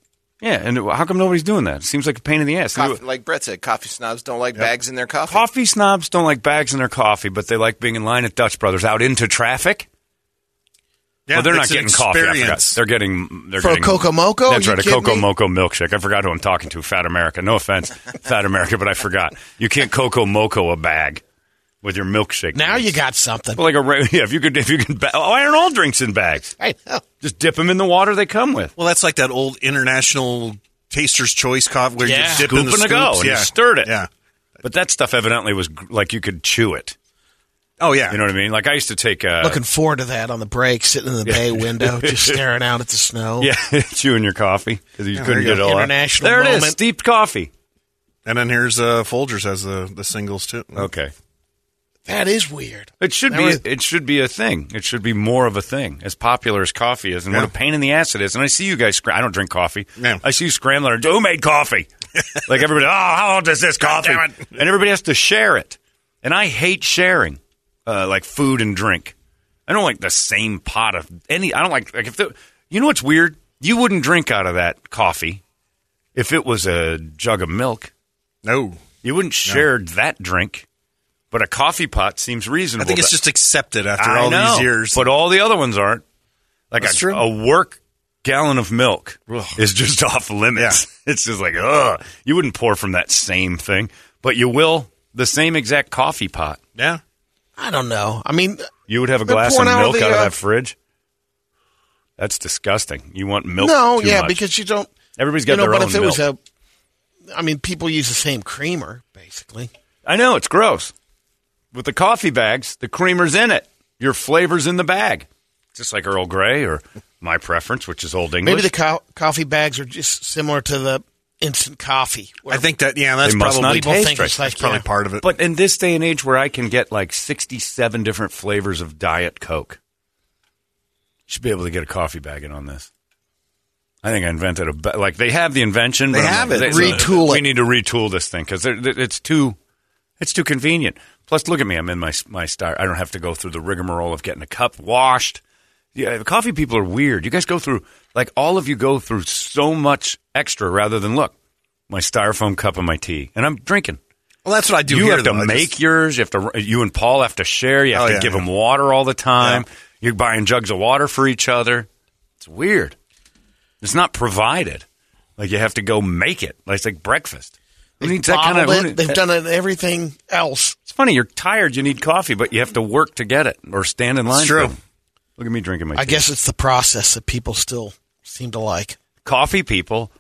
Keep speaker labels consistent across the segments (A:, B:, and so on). A: yeah, and how come nobody's doing that? It seems like a pain in the ass.
B: Coffee, like Brett said, coffee snobs don't like bags in their coffee.
A: coffee snobs don't like bags in their coffee, but they like being in line at Dutch Brothers out into traffic.
C: yeah,
A: well, they're not
C: it's an
A: getting coffee. I forgot.
C: experience.
A: They're getting they're
D: For a
A: getting
D: Coco Moco?
A: That's
D: You
A: right, a
D: kidding
A: Coco
D: me?
A: Moco milkshake. I forgot who I'm talking to. Fat America. No offense, Fat America, but I forgot. You can't Coco Moco a bag with your milkshake.
D: Now you got something.
A: Well, like a ra- yeah. If you could, if you could, ba- oh, I don't all drinks in bags.
D: I know.
A: Just dip them in the water they come with.
C: Well, that's like that old international taster's choice coffee where
D: Yeah.
C: you dip in the
A: Scoop and a go,
C: scoops.
A: and you
C: yeah.
A: stirred it.
C: Yeah.
A: But that stuff evidently was gr- like you could chew it.
C: Oh yeah.
A: You know what I mean? Like I used to take uh,
D: Looking forward to that on the break, sitting in the bay window, just staring out at the snow.
A: Yeah, chewing your coffee because you couldn't
C: there you
A: get it
C: go. Mm-hmm.
A: all out.
D: International
A: There it is,
D: moment.
A: steeped coffee.
C: and then here's uh, Folgers has the the singles too.
A: Okay,
D: That is weird.
A: it should
D: That
A: be
D: was-
A: it should be a thing. It should be more of a thing. As popular as coffee is, and
C: Yeah.
A: what a pain in the ass it is. And I see you guys. Scr- I don't drink coffee.
C: Yeah.
A: I see you scrambling. Who made coffee? like everybody. Oh, how old is this coffee?
C: damn it.
A: And everybody has to share it. And I hate sharing, uh, like food and drink. I don't like the same pot of any. I don't like like if the, you know what's weird. You wouldn't drink out of that coffee if it was a jug of milk.
C: No.
A: You wouldn't share that drink, but a coffee pot seems reasonable.
C: I think it's
A: But-
C: just accepted after
A: I
C: all
A: know,
C: these years. oh,
A: but all the other ones aren't. Like
C: That's
A: a,
C: true.
A: a work gallon of milk is just off limits. It's just like ugh. You wouldn't pour from that same thing, but you will the same exact coffee pot.
C: yeah.
D: I don't know. I mean,
A: You would have a
D: They're
A: glass of
D: pouring
A: milk out
D: out of
A: of,
D: the, uh,
A: that fridge. That's disgusting. You want milk?
D: no,
A: too
D: yeah,
A: much.
D: because you don't.
A: Everybody's
D: you
A: got
D: know,
A: their
D: but
A: own
D: if it was
A: milk.
D: a, I mean, people use the same creamer basically.
A: I know it's gross. With the coffee bags, the creamer's in it. Your flavor's in the bag. Just like Earl Grey or my preference, which is Old English.
D: Maybe the co- coffee bags are just similar to the instant coffee. where
C: I think that yeah, that's
A: They must
C: probably
A: not
D: people
A: taste
D: think
A: right.
D: it's like
C: that's probably
D: yeah.
C: part of it.
A: but in this day and age where I can get like 67 different flavors of Diet Coke, should be able to get a coffee bag in on this. I think I invented a ba- like they have the invention.
C: They
A: but I'm
C: have
A: like,
C: it.
D: Retool
A: We
D: it.
A: need to retool this thing because it's too it's too convenient. Plus, look at me. I'm in my my star. I don't have to go through the rigmarole of getting a cup washed. Yeah, coffee people are weird. You guys go through like all of you go through so much extra rather than look my styrofoam cup of my tea and I'm drinking
C: well, that's what I do.
A: you
C: here,
A: have to
C: though. I
A: make
C: just-
A: yours. You have to. You and Paul have to share. You have
C: Oh,
A: to
C: yeah,
A: give
C: yeah.
A: them water all the time. You're buying jugs of water for each other. It's weird. It's not provided. Like you have to go make it. Like it's like breakfast. Who needs that kind of?
D: bottled
A: who need-
D: it. They've done it in everything else.
A: It's funny. You're tired. You need coffee, but you have to work to get it or stand in line.
C: true.
A: For it. Look at me drinking my.
D: I
A: tea.
D: guess it's the process that people still seem to like.
A: coffee people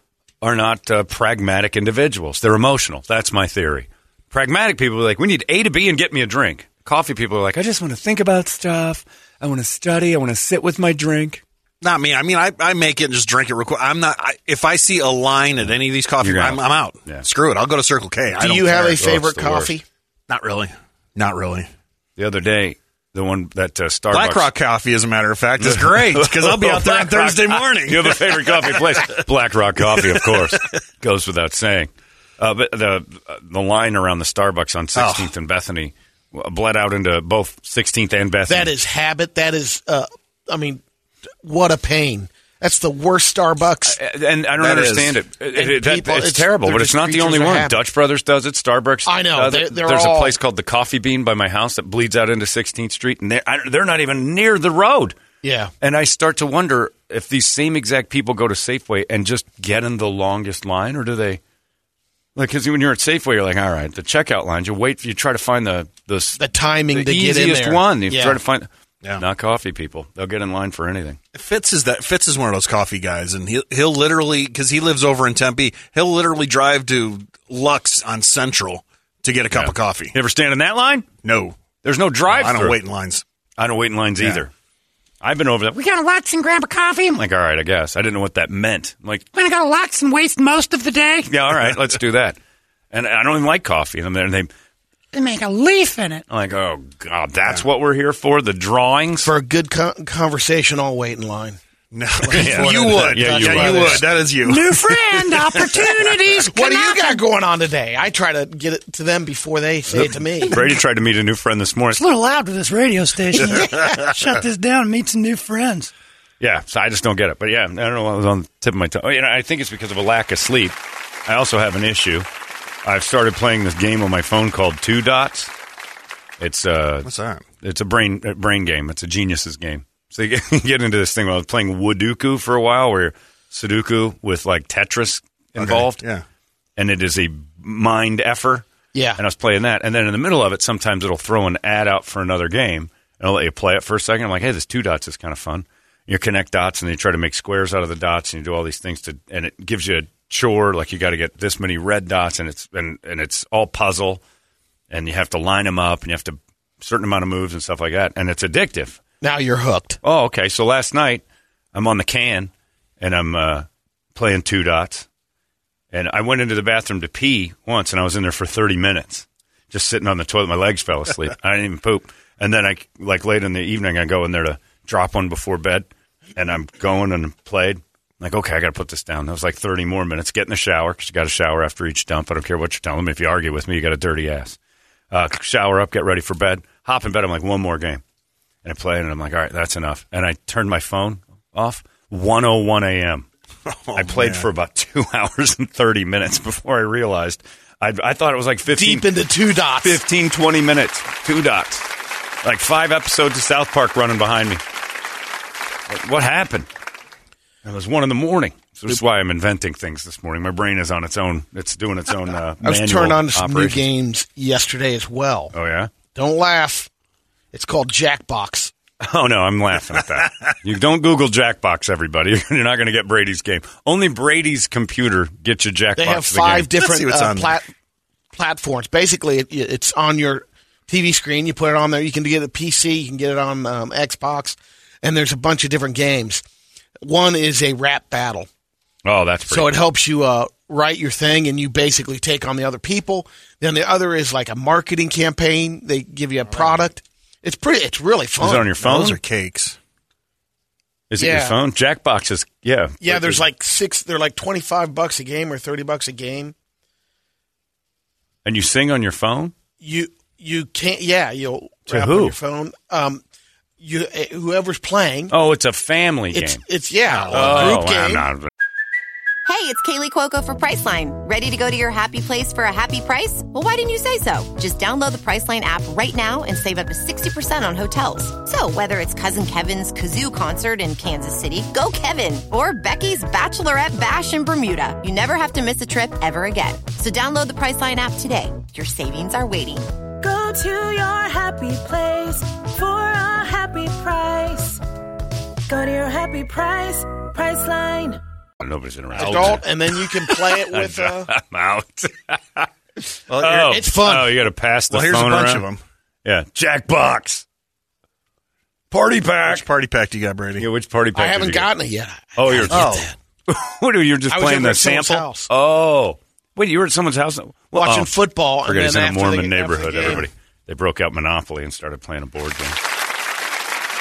A: are not uh, pragmatic individuals. They're emotional. That's my theory. Pragmatic people are like, we need A to B and get me a drink. Coffee people are like, I just want to think about stuff. I want to study. I want to sit with my drink.
C: Not me. I mean, I, I make it and just drink it real quick. I'm not. I, if I see a line at any of these coffee,
A: You're out.
C: I'm, I'm out.
A: Yeah.
C: Screw it. I'll go to Circle K. I
D: Do
C: don't
D: you have
C: care. Oh,
D: a favorite
A: the worst.
D: coffee?
C: Not really. Not really.
A: The other day, the one that uh, Starbucks.
C: Black Rock coffee, as a matter of fact, is great because I'll be out there on
A: Black Rock-
C: Thursday morning.
A: You have a favorite coffee place? Black Rock Coffee, of course. Goes without saying. Uh, but the uh, the line around the Starbucks
C: Oh.
A: on 16th and Bethany uh, bled out into both 16th and Bethany.
D: That is habit. That is, uh, I mean, what a pain. That's the worst Starbucks.
A: and I don't
C: That is-
A: understand it. It-
D: And
A: it- that-
D: people-
A: it's,
D: it's-
A: terrible,
D: they're
A: but it's
D: just
A: not the
D: creatures
A: only
D: of
A: one.
D: habit.
A: Dutch Brothers does it. Starbucks.
D: I know,
A: does
D: they're-
A: it.
D: they're
A: There's a
D: all-
A: place called the Coffee Bean by my house that bleeds out into 16th Street, and they're, I, they're not even near the road.
D: Yeah.
A: And I start to wonder if these same exact people go to Safeway and just get in the longest line, or do they? Like, because when you're at Safeway, you're like, all right, the checkout lines. You wait. You try to find the the,
D: The timing to get in
A: easiest
D: there.
A: one. You
D: Yeah.
A: try to find.
C: Yeah.
A: Not coffee people. They'll get in line for anything.
C: Fitz is that Fitz is one of those coffee guys, and he'll he'll literally because he lives over in Tempe, he'll literally drive to Lux on Central to get a cup of coffee.
A: You ever stand in that line?
C: No,
A: There's no drive.
C: I don't wait in lines.
A: I don't wait in lines either. I've been over that. We got a Lux and grab a coffee. I'm like, all right, I guess. I didn't know what that meant. I'm like,
E: Gonna go to Lux and waste most of the day
A: yeah, all right, let's do that. And I don't even like coffee. And then they, I'm
E: and make a leaf in it.
A: like, oh god, that's what we're here for. The drawings.
D: For a good con- conversation, I'll wait in line.
C: No,
A: Yeah.
C: you would.
A: Yeah, you
C: yeah,
A: would.
C: you would. That is you.
E: New friend opportunities.
D: What do you
E: Kanaka.
D: got going on today? I try to get it to them before they say it to me.
A: Brady tried to meet a new friend this morning.
E: It's a little loud with this radio station. Shut this down and meet some new friends.
A: Yeah, so I just don't get it. But yeah, I don't know what was on the tip of my tongue. Oh, you know, I think it's because of a lack of sleep. I also have an issue. I've started playing this game on my phone called Two Dots. It's uh,
C: What's that?
A: it's a brain a brain game. It's a genius's game. So you get, you get into this thing. Where I was playing Wuduku for a while, where you're Sudoku with like Tetris involved,
C: Okay, Yeah.
A: and it is a mind effer.
D: Yeah.
A: And I was playing that, and then in the middle of it, sometimes it'll throw an ad out for another game, and I'll let you play it for a second. I'm like, hey, this two dots is kind of fun. You connect dots, and then you try to make squares out of the dots, and you do all these things to, and it gives you a chore like you got to get this many red dots, and it's and and it's all puzzle, and you have to line them up, and you have to certain amount of moves and stuff like that, and it's addictive.
D: Now you're hooked.
A: Oh, okay. So last night I'm on the can and I'm uh, playing two dots. And I went into the bathroom to pee once and I was in there for 30 minutes just sitting on the toilet. My legs fell asleep. I didn't even poop. And then I, like late in the evening, I go in there to drop one before bed and I'm going and played. Like, okay, I got to put this down. That was like 30 more minutes. Get in the shower because you got to shower after each dump. I don't care what you're telling me. If you argue with me, you got a dirty ass. Uh, shower up, get ready for bed. Hop in bed. I'm like, one more game and I played, and I'm like, all right, that's enough. And I turned my phone off. 101 a.m.
D: Oh,
A: I played for about two hours and 30 minutes before I realized. I, I thought it was like 15,
D: Deep into two dots.
A: 15, 20 minutes, two dots, like five episodes of South Park running behind me. What, what happened? It was one in the morning. So that's why I'm inventing things this morning. My brain is on its own. It's doing its own. Uh,
D: I was
A: manual
D: turned on to some new
A: operations.
D: games yesterday as well.
A: Oh yeah.
D: Don't laugh. It's called Jackbox.
A: Oh no, I'm laughing at that. you don't Google Jackbox, everybody. You're not going to get Brady's game. Only Brady's computer gets you Jackbox.
D: They have
A: the
D: five
A: game.
D: different
C: see what's
D: uh,
C: on there.
D: plat- platforms. Basically, it, it's on your TV screen. You put it on there. You can get it PC. You can get it on um, Xbox. And there's a bunch of different games. One is a rap battle.
A: Oh, that's pretty.
D: So it helps you uh, write your thing, and you basically take on the other people. Then the other is like a marketing campaign. They give you a product. It's pretty. It's really fun.
A: is it on your phone?
C: Those are cakes.
A: is it your
D: yeah.
A: phone? Jackbox is yeah.
D: yeah, there's like six. They're like twenty five bucks a game or thirty bucks a game.
A: and you sing on your phone.
D: You you can't. Yeah, you'll
A: To
D: rap
A: who?
D: on your phone. Um, you eh, whoever's playing.
A: Oh, it's a family
D: It's
A: game.
D: it's yeah. a
A: oh,
D: group
A: I'm
D: game.
A: not-
F: Hey, it's Kaylee Cuoco for Priceline. Ready to go to your happy place for a happy price? Well, why didn't you say so? Just download the Priceline app right now and save up to 60% on hotels. So, whether it's Cousin Kevin's Kazoo concert in Kansas City, go Kevin, or Becky's Bachelorette Bash in Bermuda, you never have to miss a trip ever again. So, download the Priceline app today. Your savings are waiting.
E: Go to your happy place for a happy price. Go to your happy price, price line.
A: Nobody's interrupting.
D: Adult, and then you can play it with. Uh,
A: I'm out.
C: Well,
A: oh,
D: it's fun.
A: Oh, you got to pass the
C: well, here's a
A: phone
C: bunch
A: around.
C: of them.
A: Yeah, Jackbox, party pack.
C: Which party pack do you got, Brady?
A: yeah, which party pack?
D: I
A: did
D: haven't
A: you get?
D: gotten it yet.
A: Oh, you're
C: Oh,
A: what are you? You're just
D: I was
A: playing
D: over
A: the
D: at someone's
A: sample.
D: house.
A: Oh, wait, you were at someone's house Well,
D: Watching
A: oh.
D: football, and
A: Forget he's
D: then
A: in a
D: after
A: Mormon
D: the- after the
A: neighborhood.
D: game-
A: Everybody they broke out Monopoly and started playing a board game.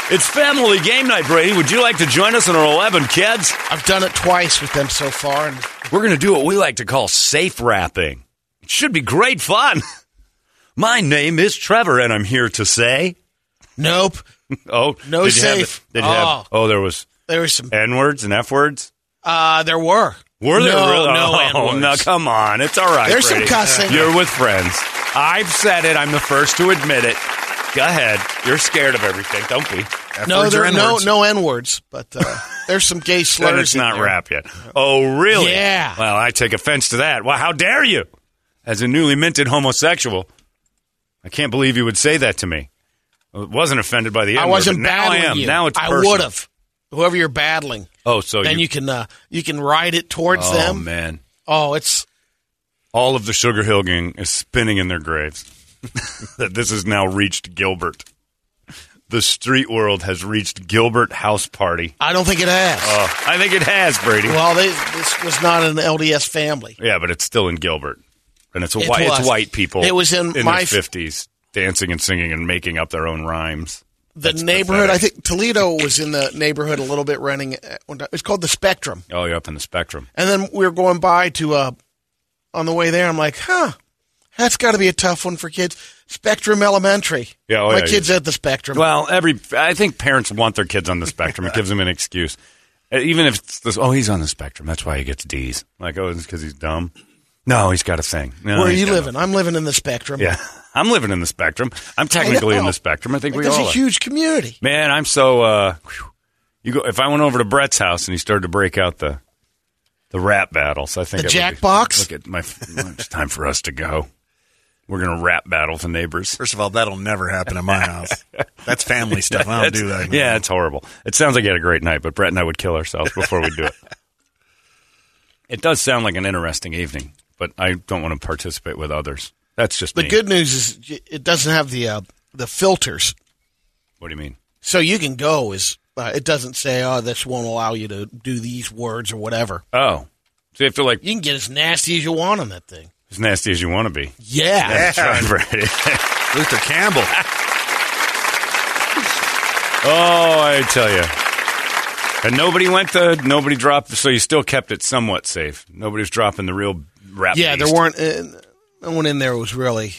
A: It's family game night, Brady. Would you like to join us on our 11 kids?
D: I've done it twice with them so far, and
A: We're going to do what we like to call safe wrapping. It should be great fun. My name is Trevor, and I'm here to say,
D: nope.
A: oh,
D: No
A: did you have the-
D: safe.
A: did you have-
D: Oh.
A: oh, there was
D: There was some.
A: n words and f words.
D: Uh, there were.
A: Were there
D: no,
A: really?
D: No,
A: oh,
D: N-words.
A: no, come on. It's all right.
D: There's some
A: Brady.
D: cussing.
A: You're with friends. I've said it. I'm the first to admit it. Go ahead. You're scared of everything, don't we?
D: no,
C: F-words or
D: there no
C: N-words?
D: no n words, but uh, there's some gay slurs.
A: Then it's
D: in
A: not
D: there.
A: rap yet. Oh, really?
D: Yeah.
A: Well, I take offense to that. Well, how dare you? As a newly minted homosexual, I can't believe you would say that to me. I wasn't offended by the N
D: I wasn't
A: word, but now
D: battling
A: I am.
D: you.
A: Now it's
D: I
A: personal.
D: would have. Whoever you're battling,
A: Oh, so
D: then you, can uh, you can ride it towards
A: oh,
D: them.
A: man.
D: Oh, it's
A: All of the Sugar Hill gang is spinning in their graves. that this has now reached Gilbert. The street world has reached Gilbert House Party.
D: I don't think it has.
A: Uh, I think it has, Brady.
D: well, they, this was not an LDS family.
A: yeah, but it's still in Gilbert, and it's a
D: It
A: white. It's
D: was.
A: white people.
D: It was in my
A: their
D: f-
A: fifties, dancing and singing and making up their own rhymes.
D: The neighborhood, I think Toledo was in the neighborhood a little bit running. uh, It's called the Spectrum.
A: Oh, you're up in the spectrum.
D: And then we were going by to uh, on the way there. I'm like, huh, that's got to be a tough one for kids. Spectrum Elementary.
A: Yeah, oh,
D: my
A: yeah,
D: kids
A: yeah.
D: at the Spectrum.
A: Well, every I think parents want their kids on the spectrum. It gives them an excuse, Uh, even if it's this, oh he's on the spectrum, that's why he gets D's. Like oh, it's because he's dumb. No, he's got a thing. No,
D: Where are
A: he's
D: you
A: got
D: living? I'm living in the Spectrum.
A: no- Yeah, I'm living in the spectrum. I'm technically in the spectrum. I think we
D: There's
A: all
D: a
A: are.
D: huge community.
A: Man, I'm so. Uh, whew. you go if I went over to Brett's house and he started to break out the the rap battles. I think
D: The
A: it would
D: Jack
A: be-
D: Box?
A: Look at my. It's time for us to go. We're gonna rap battle the neighbors.
C: First of all, that'll never happen in my house. That's family stuff. I don't
A: That's-
C: do that.
A: Yeah, it's horrible. It sounds like you had a great night, but Brett and I would kill ourselves before we do it. It does sound like an interesting evening, but I don't want to participate with others. That's just
D: The
A: me.
D: good news is j- it doesn't have the uh, the filters,
A: What do you mean?
D: so you can go. Is uh, it doesn't say, oh, this won't allow you to do these words or whatever.
A: Oh, so you have to like
D: You can get as nasty as you want on that thing.
A: as nasty as you want to be.
D: Yeah.
A: That's right, Brady.
C: Luther Campbell.
A: Oh, I tell you. And nobody went to nobody dropped, so you still kept it somewhat safe. Nobody's dropping the real rap.
D: yeah, there
A: beast.
D: weren't. Uh, no one in there was really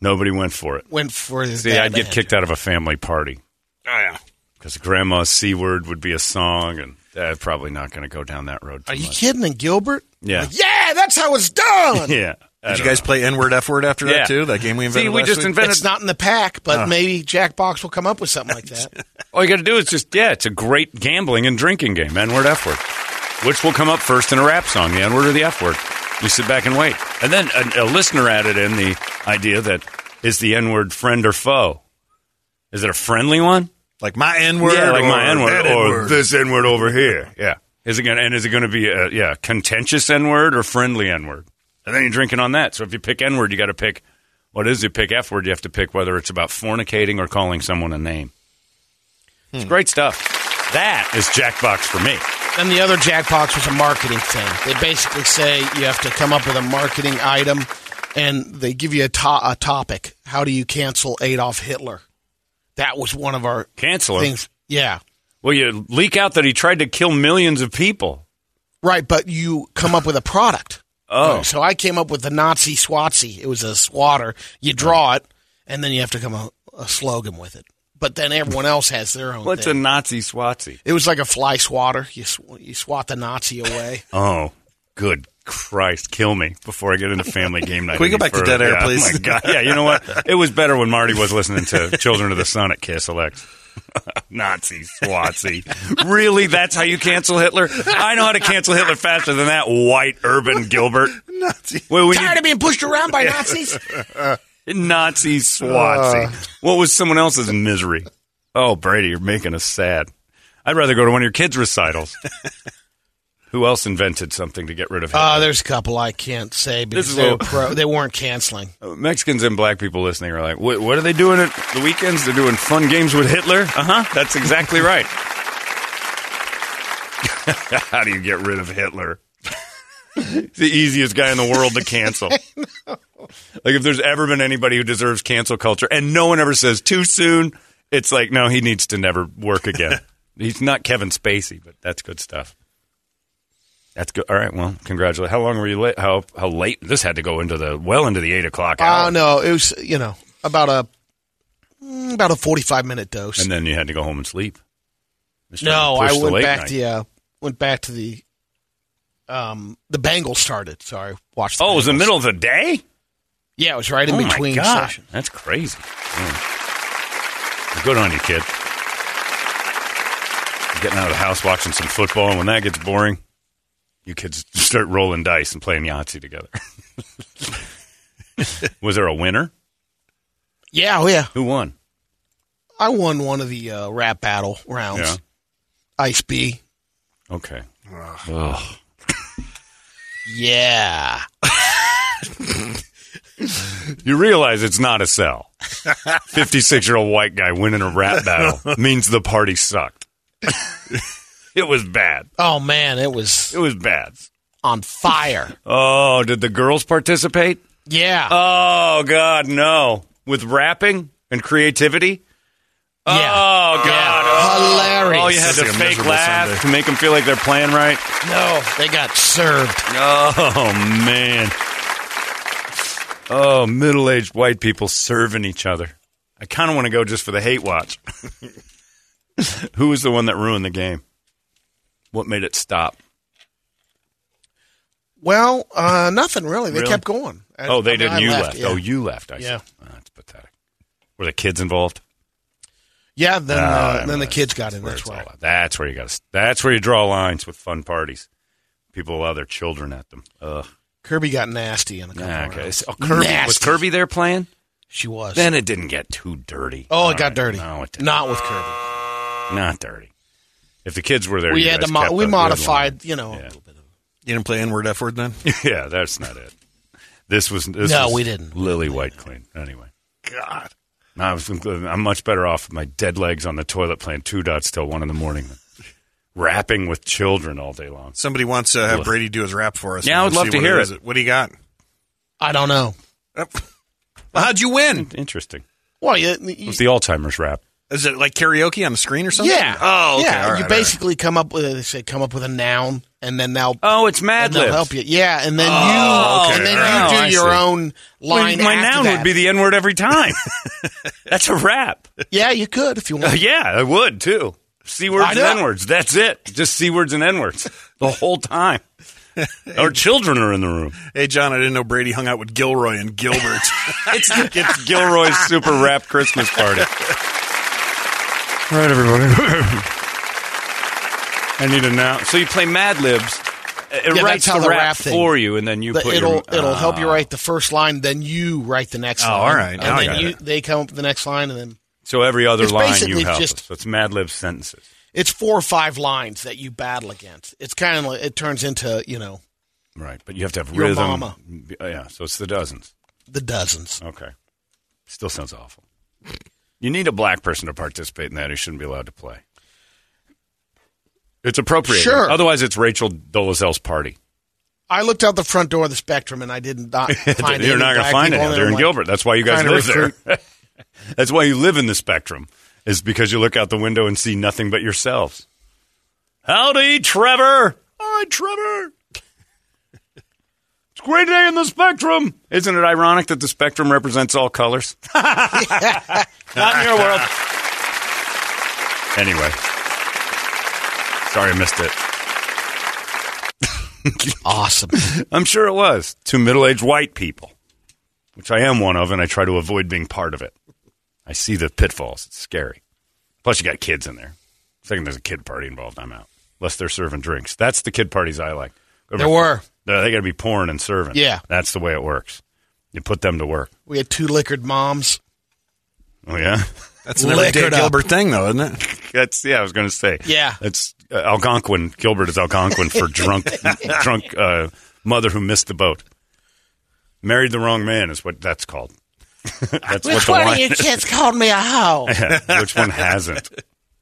A: Nobody went for it.
D: went for the.
A: See, I'd get kicked out of a family party.
C: Oh, yeah.
A: because grandma's c word would be a song and uh, probably not going to go down that road too
D: Are you
A: much.
D: kidding? And Gilbert?
A: yeah
D: Like, yeah, that's how it's done.
A: yeah I
C: Did you
A: don't
C: guys play N word, F word after
A: Yeah.
C: that too? That game we
A: See,
C: invented.
A: we
C: last
A: just
C: week?
A: invented-
D: It's not in the pack, but
C: Oh.
D: maybe Jackbox will come up with something like that.
A: know. all you got to do is just yeah it's a great gambling and drinking game n word f word which will come up first in a rap song the n word or the f word you sit back and wait and then a, a listener added in the idea that is the n word friend or foe is it a friendly one
C: like my N word.
A: yeah like my n word or
C: N-word.
A: this n word over here yeah is it gonna and is it gonna be a yeah contentious n word or friendly n word and then you're drinking on that so if you pick n word you got to pick what is it pick f word you have to pick whether it's about fornicating or calling someone a name it's great stuff that is jackbox for me
D: And the other Jackbox was a marketing thing. They basically say you have to come up with a marketing item, and they give you a, to- a topic. How do you cancel Adolf Hitler? That was one of our
A: cancel him
D: things. Yeah,
A: well you leak out that he tried to kill millions of people
D: right. But you come up with a product.
A: oh
D: So I came up with the Nazi Swatsy. It was a swatter. You draw it, and then you have to come up with a slogan with it. But then everyone else has their own.
A: what's a
D: thing.
A: nazi swatsy
D: It was like a fly swatter. You sw- you swat the Nazi away.
A: oh good Christ, kill me before I get into family game night.
C: Can we go
A: any
C: back to
A: further.
C: dead air,
A: yeah,
C: please?
A: Oh my God. Yeah, you know what? It was better when Marty was listening to Children of the Sun at Kiss Elect. Nazi swatsy. really? That's how you cancel Hitler? I know how to cancel Hitler faster than that white urban Gilbert.
C: Nazi.
A: Well, when you-
D: Tired of being pushed around by Nazis.
A: Nazi swatsy. what was someone else's misery? Oh, Brady, you're making us sad. I'd rather go to one of your kids' recitals. Who else invented something to get rid of Hitler?
D: Uh, there's a couple I can't say
A: This
D: because
A: is
D: they,
A: all-
D: were pro- they weren't canceling.
A: Mexicans and black people listening are like, what, what are they doing at the weekends? They're doing fun games with Hitler? Uh huh. That's exactly right. How do you get rid of Hitler? the easiest guy in the world to cancel. like, if there's ever been anybody who deserves cancel culture and no one ever says too soon, it's like, no, he needs to never work again. He's not Kevin Spacey, but that's good stuff. That's good. All right. Well, congratulations. How long were you late? How how late? This had to go into the well into the eight o'clock hour.
D: Oh no, it was you know about a mm, about a 45 minute dose.
A: And then you had to go home and sleep. Just
D: no,
A: trying
D: I
A: to push the
D: went
A: late
D: back
A: night.
D: to uh, went back to the um the Bengals started. Sorry, watched. The
A: Oh, it was
D: Bengals.
A: the middle of the day.
D: Yeah, it was right in
A: oh
D: between
A: my God.
D: sessions.
A: That's crazy. Man. Well, Good on you, kid. Getting out of the house, watching some football, and when that gets boring, you kids start rolling dice and playing Yahtzee together. was there a winner?
D: Yeah, oh yeah.
A: Who won?
D: I won one of the uh, rap battle rounds.
A: Yeah.
D: Ice B.
A: Okay. Ugh.
D: Yeah.
A: You realize it's not a sell. 56 year old white guy winning a rap battle means the party sucked. it was bad.
D: Oh man, it was
A: It was bad.
D: on fire.
A: Oh, did the girls participate?
D: Yeah.
A: Oh, God, no. With rapping and creativity?
D: yeah.
A: Oh, God.
D: Hilarious.
A: Oh, you had to
C: Sounds like a
A: fake
C: miserable
A: laugh
C: Sunday.
A: to make them feel like they're playing right?
D: No, they got served.
A: Oh, man. Oh, middle aged white people serving each other. I kind of want to go just for the hate watch. Who was the one that ruined the game? What made it stop?
D: Well, uh, nothing really. They kept going. Uh, I-
A: oh, they
D: I mean,
A: didn't.
D: I
A: You left.
D: yeah.
A: Oh, you left. I see.
D: Yeah.
A: Oh, that's pathetic. Were the kids involved?
D: Yeah, then
A: Ah,
D: uh,
A: I
D: then
A: know.
D: the kids got in.
A: where
D: That's
A: it's
D: why.
A: all at. That's where you got to. That's where you draw lines with fun parties. People allow their children at them. Ugh.
D: Kirby got nasty in a couple.
A: Nah, Ah,
D: of
A: okay.
D: rounds.
A: So oh, Kirby, was
D: Nasty.
A: Kirby there playing?
D: She was.
A: Then it didn't get too dirty.
D: oh,
A: All
D: it got
A: right.
D: dirty.
A: No, it didn't.
D: Not with Kirby.
A: Not dirty. If the kids were there,
D: we
A: you
D: had
A: guys
D: to mo-
A: kept
D: we
A: a good
D: modified. You know.
A: line.
D: a
A: Yeah.
D: little bit of-
C: You didn't play N word F word then?
A: yeah, that's not it. This was this
D: No,
A: was
D: we didn't.
A: Lily White clean anyway. God, I was, I'm much better off with my dead legs on the toilet playing two dots till one in the morning than rapping with children all day long.
C: Somebody wants to have
A: Ugh.
C: Brady do his rap for us.
A: Yeah, I would
C: We'll
A: love
C: see
A: to
C: what
A: hear
C: is.
A: it.
C: What do you got? Oh.
D: I don't know.
C: Well, How'd you win?
A: Interesting.
D: Well, you,
A: It
D: you-
A: was the Alzheimer's rap.
C: Is it like karaoke on the screen or something?
D: yeah.
C: Oh, okay.
D: yeah.
C: all right,
D: you
C: all right.
D: basically come up with they say come up with a noun, and then they'll
A: Oh, it's Mad
D: and they'll help you. Yeah, and then you
A: okay.
D: and then
A: Oh,
D: you do
A: I
D: your
A: see.
D: own line.
A: my
D: after
A: noun
D: that.
A: would be the N word every time. That's a rap.
D: yeah. You could if you
A: Uh,
D: want.
A: yeah, I would too. C words
D: I
A: and
D: know.
A: N words. That's it. Just C words and N words the whole time. Our children are in the room.
C: Hey, John, I didn't know Brady hung out with Gilroy and Gilbert.
A: It's, it's Gilroy's super rap Christmas party. All right, everybody. I need a noun. So you play Mad Libs. It
D: Yeah,
A: writes
D: that's how
A: the,
D: the
A: rap,
D: rap thing-
A: for you, and then you
D: The-
A: put
D: it'll
A: your,
D: it'll help you
A: Ah.
D: write the first line, then you write the next
C: Oh,
D: line.
C: all right.
D: And
C: Now I
D: then
C: got
D: you
C: it.
D: they come up with the next line, and then
A: So every other
D: It's
A: line you
D: basically
A: help.
D: just-
A: us. So it's Mad Lib sentences.
D: it's four or five lines that you battle against. It's kind of like it turns into you know
A: Right, but you have to have
D: Your
A: rhythm.
D: mama.
A: Yeah, so it's the dozens.
D: the dozens.
A: Okay. Still sounds awful. You need a black person to participate in that who shouldn't be allowed to play. It's appropriate.
D: Sure.
A: Otherwise, it's Rachel Dolezal's party.
D: I looked out the front door of the Spectrum, and I did not find.
A: You're
D: any
A: not going to
D: black
A: find it.
D: people,
A: out
D: and
A: They're
D: I'm
A: in
D: like,
A: Gilbert. That's why you guys
D: trying to
A: live there.
D: recruit-
A: That's why you live in the spectrum, is because you look out the window and see nothing but yourselves. Howdy, Trevor. Hi, Trevor. It's a great day in the spectrum. Isn't it ironic that the spectrum represents all colors? Not in your world. Anyway, sorry I missed it.
D: Awesome.
A: I'm sure it was to middle-aged white people, which I am one of, and I try to avoid being part of it. I see the pitfalls; it's scary. Plus, you got kids in there. Second, there's a kid party involved. I'm out, unless they're serving drinks. That's the kid parties I like.
D: There were.
A: They, got to be pouring and serving.
D: Yeah.
A: that's the way it works. You put them to work.
D: We had two liquored moms.
A: Oh yeah,
C: That's an everyday
D: Liquored up.
C: Gilbert thing, though, isn't it?
A: that's yeah. I was going to say
D: Yeah.
A: That's uh, Algonquin. Gilbert is Algonquin for drunk, drunk uh, mother who missed the boat. Married the wrong man is what that's called. that's what the line is.
D: kids called me a hoe?
A: Yeah, Which one hasn't?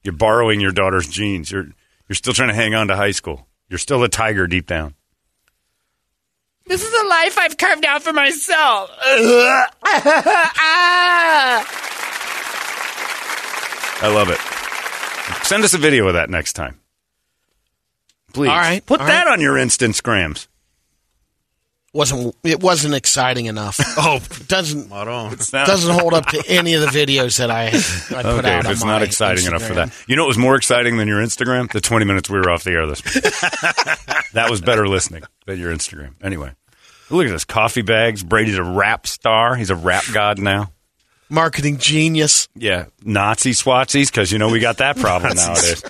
A: You're borrowing your daughter's jeans. You're you're still trying to hang on to high school. You're still a tiger deep down.
G: This is a life I've carved out for myself. Ah.
A: I love it. Send us a video of that next time, please.
D: All right,
A: put
D: all
A: that
D: right.
A: on your Instagrams.
D: wasn't It wasn't exciting enough.
C: Oh,
D: Doesn't
C: I don't.
A: not-
D: doesn't hold up to any of the videos that I, I put
A: Okay,
D: out.
A: if
D: on
A: it's not
D: my
A: exciting enough for
D: Instagram.
A: that. You know what was more exciting than your Instagram? The 20 minutes we were off the air this morning. that was better listening than your Instagram. Anyway, look at this. Coffee bags. Brady's a rap star. He's a rap god now.
D: Marketing genius.
A: Yeah, Nazi swatsies, because you know we got that problem nowadays.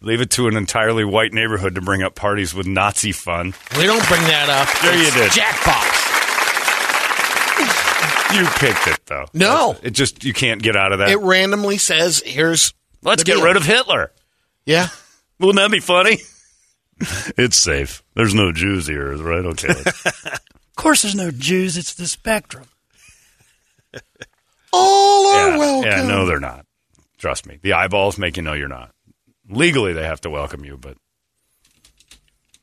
A: Leave it to an entirely white neighborhood to bring up parties with Nazi fun.
D: We don't bring that up.
A: Sure you did.
D: It's Jackbox.
A: You picked it though.
D: No.
A: That's- it just you can't get out of that.
D: It randomly says, "Here's
A: Let's
D: the
A: get
D: deal.
A: rid of Hitler.
D: Yeah,
A: wouldn't that be funny? it's safe. There's no Jews here, right? Okay.
H: Of course, there's no Jews. It's the spectrum.
D: All
A: yeah, Yeah, no, they're not. Trust me. The eyeballs make you know you're not. Legally, they have to welcome you, but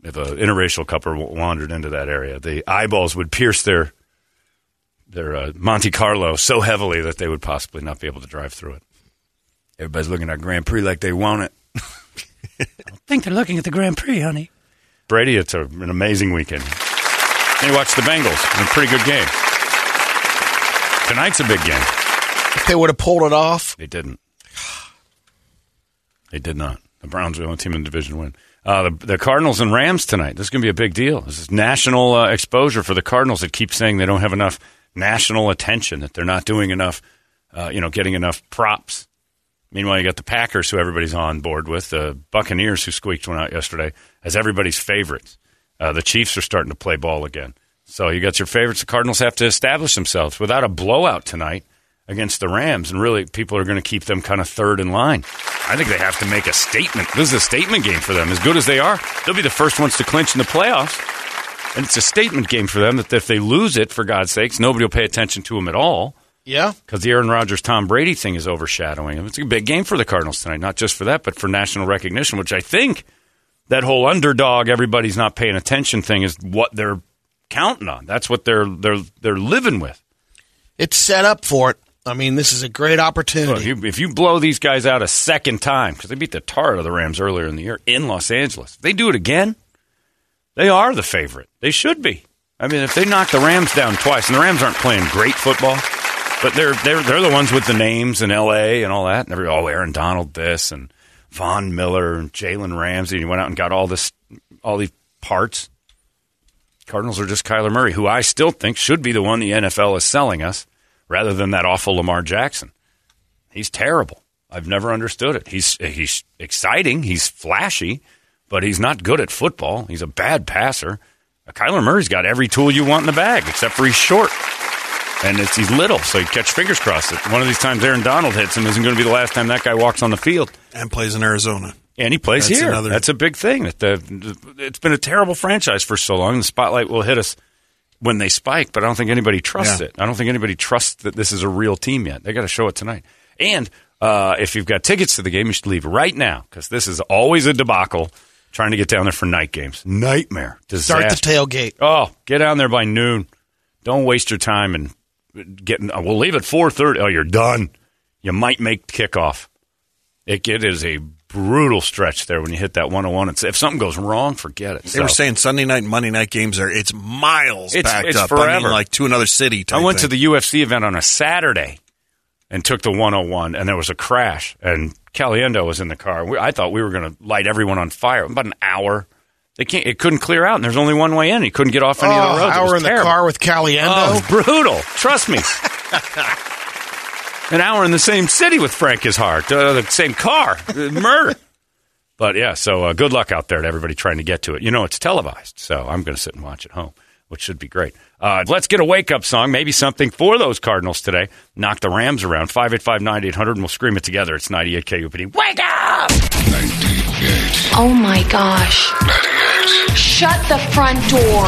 A: if an interracial couple w- wandered into that area, the eyeballs would pierce their their uh, Monte Carlo so heavily that they would possibly not be able to drive through it. Everybody's looking at Grand Prix like they want it.
H: I think they're looking at the Grand Prix, honey.
A: Brady, it's a, an amazing weekend. They watched the Bengals. in A pretty good game. Tonight's a big game.
D: if they would have pulled it off,
A: They didn't. They did not. The Browns are the only team in the division to win. Uh, the, the Cardinals and Rams tonight. This is going to be a big deal. This is national uh, exposure for the Cardinals that keep saying they don't have enough national attention, that they're not doing enough, uh, you know, getting enough props. Meanwhile, you got the Packers, who everybody's on board with, the Buccaneers, who squeaked one out yesterday, as everybody's favorites. Uh, the Chiefs are starting to play ball again. So you got your favorites. The Cardinals have to establish themselves without a blowout tonight against the Rams, and really, people are going to keep them kind of third in line. I think they have to make a statement. This is a statement game for them. As good as they are, they'll be the first ones to clinch in the playoffs. And it's a statement game for them that if they lose it, for God's sakes, nobody will pay attention to them at all
D: yeah,
A: because the Aaron Rodgers Tom Brady thing is overshadowing him. It's a big game for the Cardinals tonight, not just for that, but for national recognition, which I think that whole underdog, everybody's not paying attention thing is what they're counting on. That's what they're they're they're living with.
D: it's set up for it. I mean, this is a great opportunity.
A: Look, you- if you blow these guys out a second time, because they beat the tar out of the Rams earlier in the year in Los Angeles, if they do it again, they are the favorite. They should be. I mean, if they knock the Rams down twice, and the Rams aren't playing great football, but they're they're they're the ones with the names in L.A. and all that, and every oh Aaron Donald this and Von Miller and Jalen Ramsey, and he went out and got all this all these parts. Cardinals are just Kyler Murray, who I still think should be the one the NFL is selling us, rather than that awful Lamar Jackson. He's terrible. I've never understood it. He's he's exciting. He's flashy, but he's not good at football. He's a bad passer. Uh, Kyler Murray's got every tool you want in the bag, except for he's short and it's he's little. So you catch fingers crossed that one of these times Aaron Donald hits him isn't going to be the last time that guy walks on the field.
C: And plays in Arizona.
A: And he plays
C: That's
A: here.
C: another-
A: That's a big thing. That the it's been a terrible franchise for so long. The spotlight will hit us when they spike, but I don't think anybody trusts
C: Yeah.
A: it. I don't think anybody trusts that this is a real team yet. They got to show it tonight. And uh, if you've got tickets to the game, you should leave right now because this is always a debacle. Trying to get down there for night games, nightmare. Disaster.
D: Start the tailgate.
A: Oh, get down there by noon. Don't waste your time and getting. We'll leave at four thirty. Oh, you're done. You might make kickoff. It, it is a brutal stretch there when you hit that 101. It's, if something goes wrong, forget it.
C: They were saying Sunday night and Monday night games are it's miles
A: It's-
C: backed
A: it's
C: up. I
A: forever.
C: mean, like to another city.
A: I went to the UFC event on a Saturday and took the 101, and there was a crash, and Caliendo was in the car. We, I thought we were going to light everyone on fire. About an hour. They can't, it couldn't clear out, and there's only one way in. He couldn't get off any of
D: Oh,
A: the roads. It was
D: hour in the
A: terrible.
D: car with Caliendo.
A: Oh, brutal. Trust me. An hour in the same city with Frank is hard. Uh, the same car, Uh, murder. But yeah, so uh, good luck out there to everybody trying to get to it. You know, it's televised, so I'm going to sit and watch at home, which should be great. Uh, let's get a wake up song, maybe something for those Cardinals today. Knock the Rams around 585 9800, and we'll scream it together. It's 98 KUPD. Wake up!
I: Oh my gosh. Shut the front door.